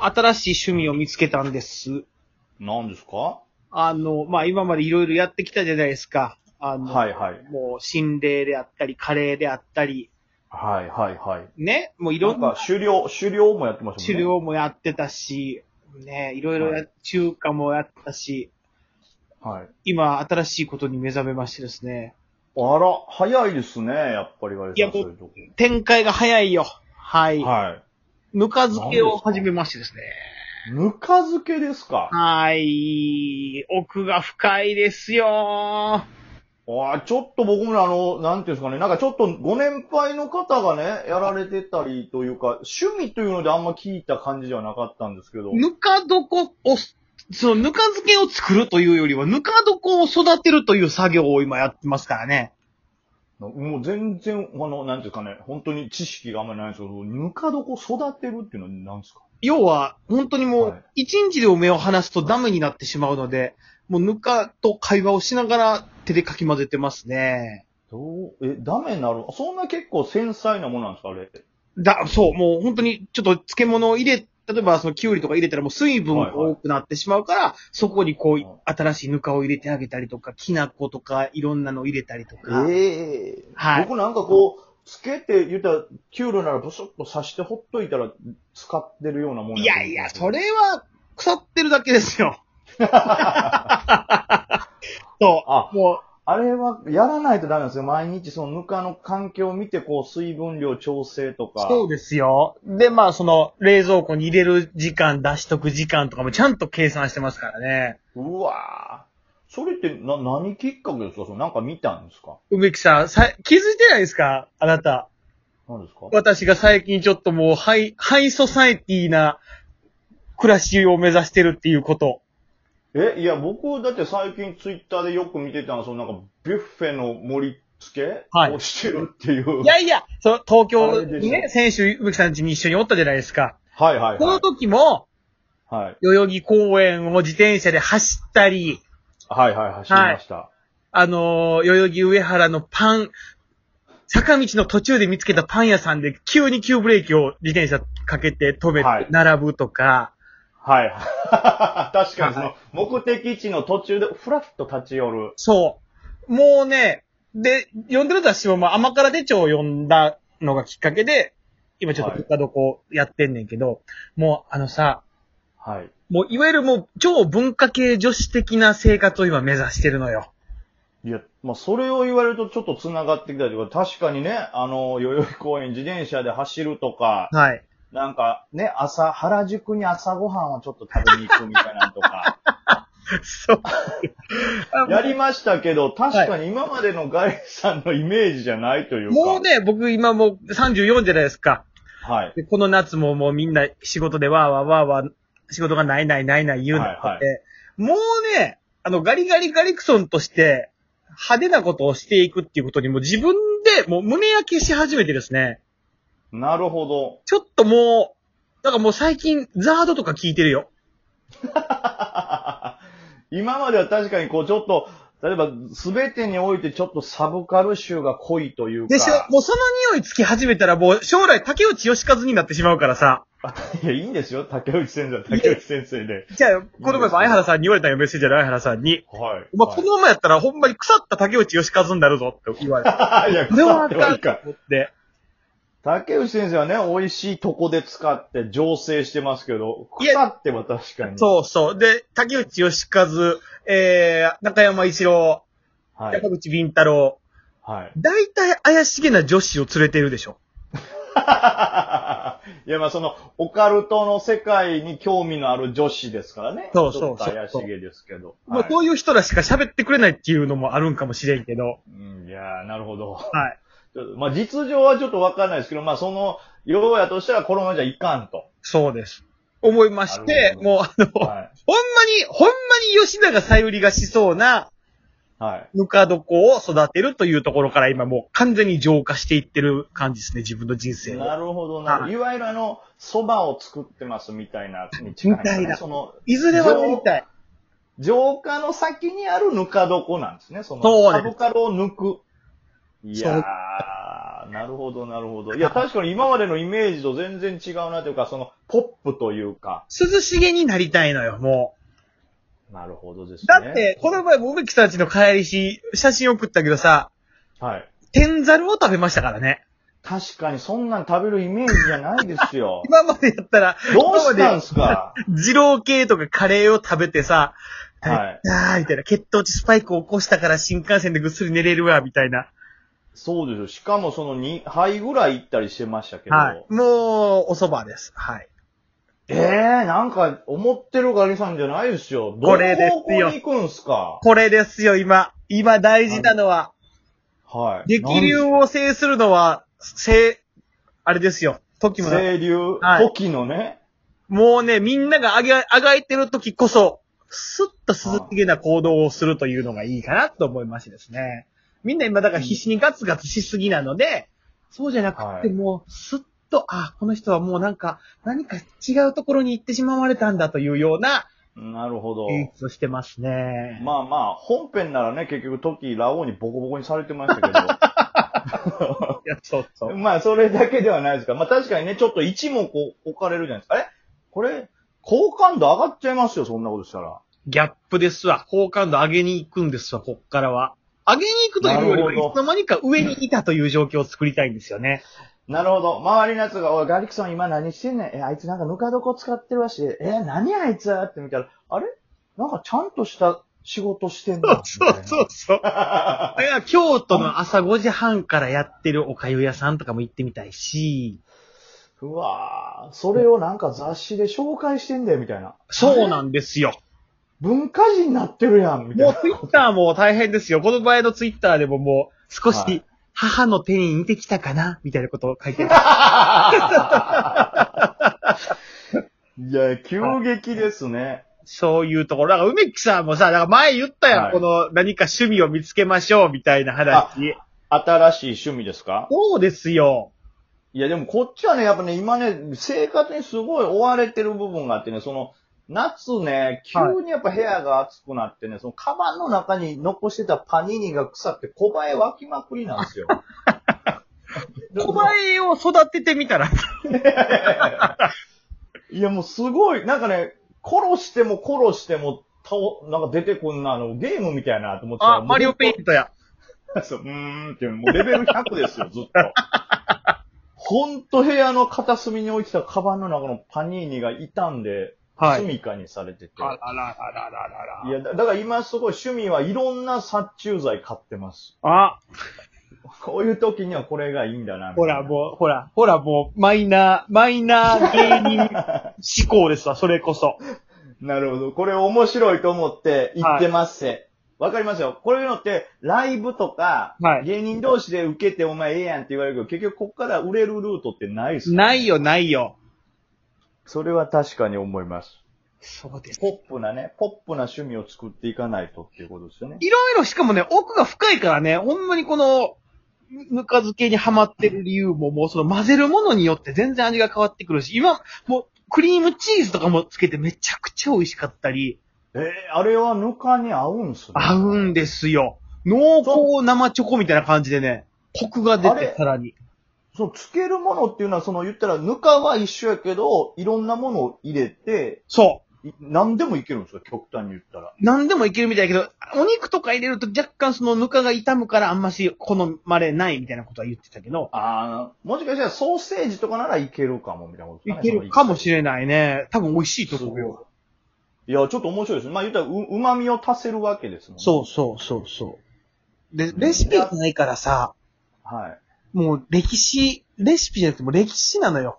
新しい趣味を見つけたんです。何ですかあの、まあ、今までいろいろやってきたじゃないですか。あの、はいはい。もう、心霊であったり、カレーであったり、はいはいはい。ね、もういなろんんかな狩猟、狩猟もやってました治もんね。療もやってたし、ね、いろいろや、はい中華もやったし、はい。今、新しいことに目覚めましてですね。あら、早いですね、やっぱり割いやとそういうとこ。展開が早いよ。はい。はぬか漬けを始めましてですね。い。ぬか漬けですかはい。奥が深いですよ。ああ、ちょっと僕もねあの、なんていうんですかね、なんかちょっとご年配の方がね、やられてたりというか、趣味というのであんま聞いた感じではなかったんですけど。ぬか床を、そのぬか漬けを作るというよりは、ぬか床を育てるという作業を今やってますからね。もう全然、あの、なんていうんですかね、本当に知識があんまりないんですけど、ぬか床育てるっていうのは何ですか要は、本当にもはう、一日でも目を離すとダメになってしまうので、もうぬかと会話をしながら手でかき混ぜてますね。どう、え、ダメになるそんな結構繊細なものなんですかあれ。だ、そう、もう本当にちょっと漬物を入れ、例えばそのキュウリとか入れたらもう水分が多くなってしまうから、そこにこ、はいう新しいぬかを入れてあげたりとか、きな粉とかいろんなのを入れたりとか。ええはい僕なんかこう、つけて、言ったら、キュールならブスッと刺してほっといたら、使ってるようなもんいとや思うんいでや、すけそど。れは腐ってるだけです よ。そあう。、もあれは、やらないとダメなんですよ。毎日、その、ぬかの環境を見て、こう、水分量調整とう、か。そうですよ。で、まあ、その、冷蔵庫に入れる時間、出しとく時間とかもちゃんと計算してますからね。うわぁ。それって、な、何きっかけですかそのなんか見たんですか梅木さん、さ気づいてないですかあなた。何ですか私が最近ちょっともう、ハイ、ハイソサイティな暮らしを目指してるっていうこと。え、いや、僕、だって最近ツイッターでよく見てたのは、そのなんか、ビュッフェの盛り付はいけをしてるっていう。いやいや、その東京にあれね、で先週梅木さん家に一緒におったじゃないですか。はいはいこはのい。時も、はい。代々木公園を自転車で走ったり、はいはい、走りました。あのー代々木上原のパン、坂道の途中で見つけたパン屋さんで急に急ブレーキを自転車かけて止めはいて並ぶとか、はい。 確かにその、目的地の途中で、ふらっと立ち寄る。そう。もうね、で、読んでる雑誌も、まあ、甘辛手帳を読んだのがきっかけで、今ちょっとはいぬか床をやってんねんけど、もうあのさ、はい。もういわゆるもう超文化系女子的な生活を今目指してるのよ。いや、まあ、それを言われるとちょっと繋がってきたりとか、確かにね、あの、代々木公園自転車で走るとか、はい。なんかね、朝、原宿に朝ごはんをちょっと食べに行くみたいなのとか、 そう。やりましたけど、確かに今までのガイさんのイメージじゃないというか。もう。ね、僕今もう34じゃないですか。はい。で、この夏ももうみんな仕事でわーわーわーわー、仕事がないないないない言うので、はいはもうね、あの、ガリガリガリクソンとして、派手なことをしていくっていうことにもう自分でもう胸焼けし始めてですね、なるほど。 ちょっともう、だからもう最近、ザードとか聞いてるよ。今までは確かにこうちょっと、例えば全てにおいてちょっとサブカル臭が濃いというか。でしょもうその匂いつき始めたらもう将来竹内義和になってしまうからさ。いや、いいんですよ。竹内先生は竹内先生で。じゃあ、この前も相原さんに言われたよ、メッセージで相原さんに。はい。お前このままやったらほんまに腐った竹内義和になるぞって言われ た。はい、いや、これはあ腐ってはかいんとかん思って。竹内先生はね、美味しいとこで使って醸成してますけど、いや腐っては確かに。そうそう。で、竹内義和、えー、中山一郎、う。はい山。口敏太郎、はい。大体怪しげな女子を連れてるでしょ。 いや、まあその、オカルトの世界に興味のある女子ですからね。そうそうそうちょっと怪しげですけど。もうはいそういう人らしか喋ってくれないっていうのもあるんかもしれんけど。うんいやー、なるほど。はい。ち ょっとまあ実情はちょっとわかんないですけど、まあその、ようやとしたらこのままじゃいかんと。そうです。思いましなるて、ほどもうあの、ほんまはに、ほんまに吉永さゆりがしそうな、い。はい。ぬか床を育てるというところから今もう完全に浄化していってる感じですね、自分の人生を。なるほどな。はいいわゆるあの、蕎麦を作ってますみたいなに近いですねみたいなその、いずれはなりたい。浄化の先にあるぬか床なんですね。その、そうですサブカルを抜く。いやー、なるほど、なるほど。いや、確かに今までのイメージと全然違うなというか、その、ポップというか。涼しげになりたいのよ、もなるほどですう。ね。だって、この前僕、木たちの帰りし、写真送ったけどさ、はい。天ざるを食べましたからね。。確かにそんなん食べるイメージじゃないですよ 今までやったら、どうしたんす か二郎系とかカレーを食べてさ、はい。あーみたいな、血糖値スパイクを起こしたから新幹線でぐっすり寝れるわ、みたいな。そうですよ。しかもその2杯ぐらい行ったりしてましたけど。はい。もう、お蕎麦です。はい。ええー、なんか思ってるガリさんじゃないですよ。どこのれですよ方向に行くんすかこれですよ、今。今大事なのは、はい。激流を制するのは、せ、あれですよ。時もな清流、はい時のね。もうね、みんながあげ、あがいてる時こそ、スッと涼しげな行動をするというのがいいかなと思いましてですね。みんな今だから必死にガツガツしすぎなので、そうじゃなくはていもう、スッと、あ、この人はもうなんか、何か違うところに行ってしまわれたんだというようななるほど。演出をしてますね。まあまあ、本編ならね、結局時、ラオウにボコボコにされてましたけど。いや、そうそう。 まあ、それだけではないですから。まあ確かにね、ちょっと一目置かれるじゃないですか。あれこれ、好感度上がっちゃいますよ、そんなことしたら。ギャップですわ。好感度上げに行くんですわ、こっからは。上げに行くというよりは、ないるほどつの間にか上にいたという状況を作りたいんですよね。なるほど。周りのやつが、おい、ガリクソン今何してんねん。え、あいつなんかぬか床使ってるわし。え何あいつって見たら、あれなんかちゃんとした仕事してん だ。そうそう そう。いや、京都の朝5時半からやってるおかゆ屋さんとかも行ってみたいし、う。うわぁ、それをなんか雑誌で紹介してんだよ、みたいな。そうなんですよ。文化人になってるやん、みたいもうな。ツイッターも大変ですよ。この前のツイッターでももう少はしい母の手に似てきたかなみたいなことを書いてる。 いや、急激ですね。そういうところ。だから梅木さんもさ、だから前言ったやん。はいこの何か趣味を見つけましょうみたいな話。新しい趣味ですかそうですよ。いや、でもこっちはね、やっぱね、今ね、生活にすごい追われてる部分があってね、その、夏ね、急にやっぱ部屋が暑くなってね、その、カバンの中に残してたパニーニが腐って、小映え湧きまくりなんですよ。 小林を育ててみたら。いや、もうすごい、なんかね、殺しても殺しても、倒、なんか出てこんな、あの、ゲームみたいなと思ってたらあ、マリオペイントや。そう、うーんっていう、もうレベル100ですよ、ずっと。 ほんと部屋の片隅に置いてたカバンの中のパニーニが傷んで、はい住処にされてて。あららららららいや、だだから今すごい趣味はいろんな殺虫剤買ってます。あ、こういう時にはこれがいいんだな。ほら、もう、ほら、ほら、もう、マイナー、マイナー芸人思考ですわ、それこそ。う。なるほど。これ面白いと思って言ってますせ。わ、かりますよ。こういうのって、ライブとか、はい芸人同士で受けてお前ええやんって言われるけど、結局こっから売れるルートってないですね。 ないよ、ないよ。それは確かに思います。そうです。ポップなね、ポップな趣味を作っていかないとっていうことですよね。いろいろ、しかもね、奥が深いからね、ほんまにこの、ぬか漬けにハマってる理由も、もうその混ぜるものによって全然味が変わってくるし、今、もう、クリームチーズとかもつけてめちゃくちゃ美味しかったり、えーあれはぬかに合うんすね。合うんですよ。濃厚生チョコみたいな感じでね、コクが出あてれ、さらに。その、つけるものっていうのは、その、言ったら、ぬかは一緒やけど、いろんなものを入れて、そう。い何でもいけるんですよ、極端に言ったら。何でもいけるみたいだけど、お肉とか入れると若干そのぬかが傷むからあんまし好まれないみたいなことは言ってたけど、あー、もしかしたらソーセージとかならいけるかも、みたいなこといですねけるかもそしれないね。多分美味しいと思うよ。のいや、ちょっと面白いですね。まあ言ったらう、うまみを足せるわけですもんね。そうそうそうそう。で、レシピがないからさ、はい。 もう歴史、レシピじゃなくてもう歴史なのよ。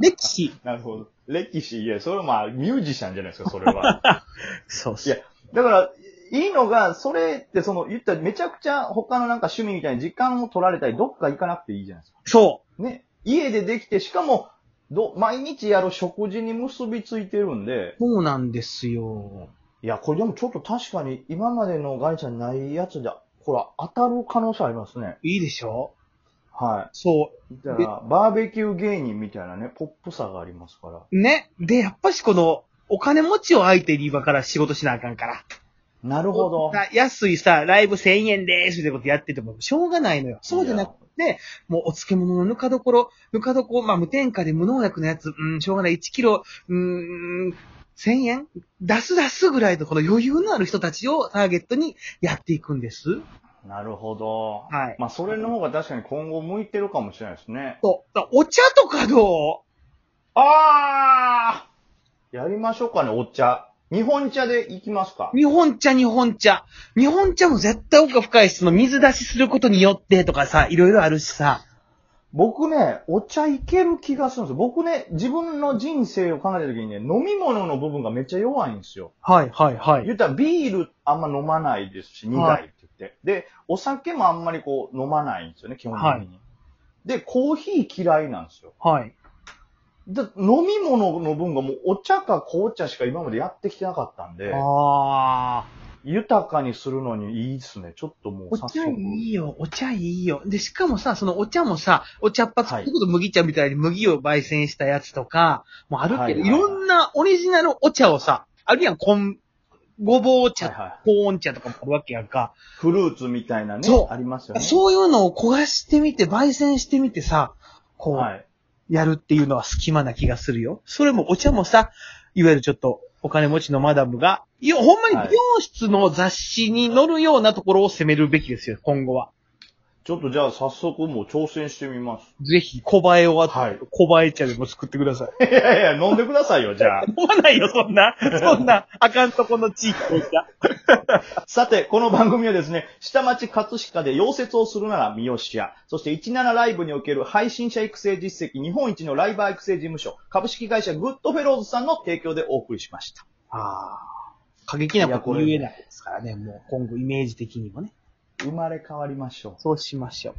歴史。なるほど。歴史、いや、それはまあ、ミュージシャンじゃないですか、それは。 そうそいうや。だから、いいのが、それってその、言ったらめちゃくちゃ他のなんか趣味みたいに時間を取られたり、どっか行かなくていいじゃないですか。そね。家でできて、しかも、ど、毎日やる食事に結びついてるんでう。、そうなんですよ。いや、これでもちょっと確かに今までのガリちゃんないやつで、ほら、当たる可能性ありますね。いいでしょはそう。い。だから、バーベキュー芸人みたいなね、ポップさがありますから。ね。で、やっぱしこの、お金持ちを相手に今から仕事しなあかんから。なるほど。な安いさ、ライブ1000円ですってことやってても、しょうがないのよ。そうじゃなくて、もうお漬物のぬか床、ぬか床、まあ無添加で無農薬のやつ、うん、しょうがない、1キロ、うーん、1000円出す出すぐらいのこの余裕のある人たちをターゲットにやっていくんです。なるほど。はいまあ、それの方が確かに今後向いてるかもしれないですね。そう。だからお茶とかどあーやりましょうかね、お茶。日本茶でいきますかう。日本茶、日本茶。日本茶も絶対奥が深いし、その水出しすることによってとかさ、いろいろあるしさ。僕ね、お茶いける気がするんですよ。僕ね、自分の人生を考えた時にね、飲み物の部分がめっちゃ弱いんですよ。はい、はい、は。言ったらビールあんま飲まないですし、苦いって言って。で、お酒もあんまりこう飲まないんですよね、基本的に。はいで、コーヒー嫌いなんですよ。はい。で飲み物の分がもうお茶か紅茶しか今までやってきてなかったんで、ああ。豊かにするのにいいですね。ちょっともうお茶いいよ、お茶いいよ。で、しかもさ、そのお茶もさ、お茶っぱつ、はいそれこそ麦茶みたいに麦を焙煎したやつとか、もうあるけど、はいいはいはいろんなオリジナルお茶をさ、あるやん、こん、ごぼう茶、はいはいコーン茶とかもあるわけやんか。フルーツみたいなねそ、うありますよね。そういうのを焦がしてみて、焙煎してみてさ、こう、はい。やるっていうのは隙間な気がするよ。それもお茶もさ、いわゆるちょっとお金持ちのマダムが、いや、ほんまにはい美容室の雑誌に載るようなところを攻めるべきですよ、今後は。ちょっとじゃあ早速もう挑戦してみます。 ぜひ、小映えをあはい小映え茶でも作ってください。 いやいや、飲んでくださいよ、じゃあ。飲まないよ、そん な。そんな、あかんとこの地域でした。さて、この番組はですね、下町葛飾で溶接をするなら三好屋、そして17ライブにおける配信者育成実績日本一のライバー育成事務所、株式会社グッドフェローズさんの提供でお送りしました。ああ。過激なこと言えないですからね、もう今後イメージ的にもね。生まれ変わりましょう。そうしましょう。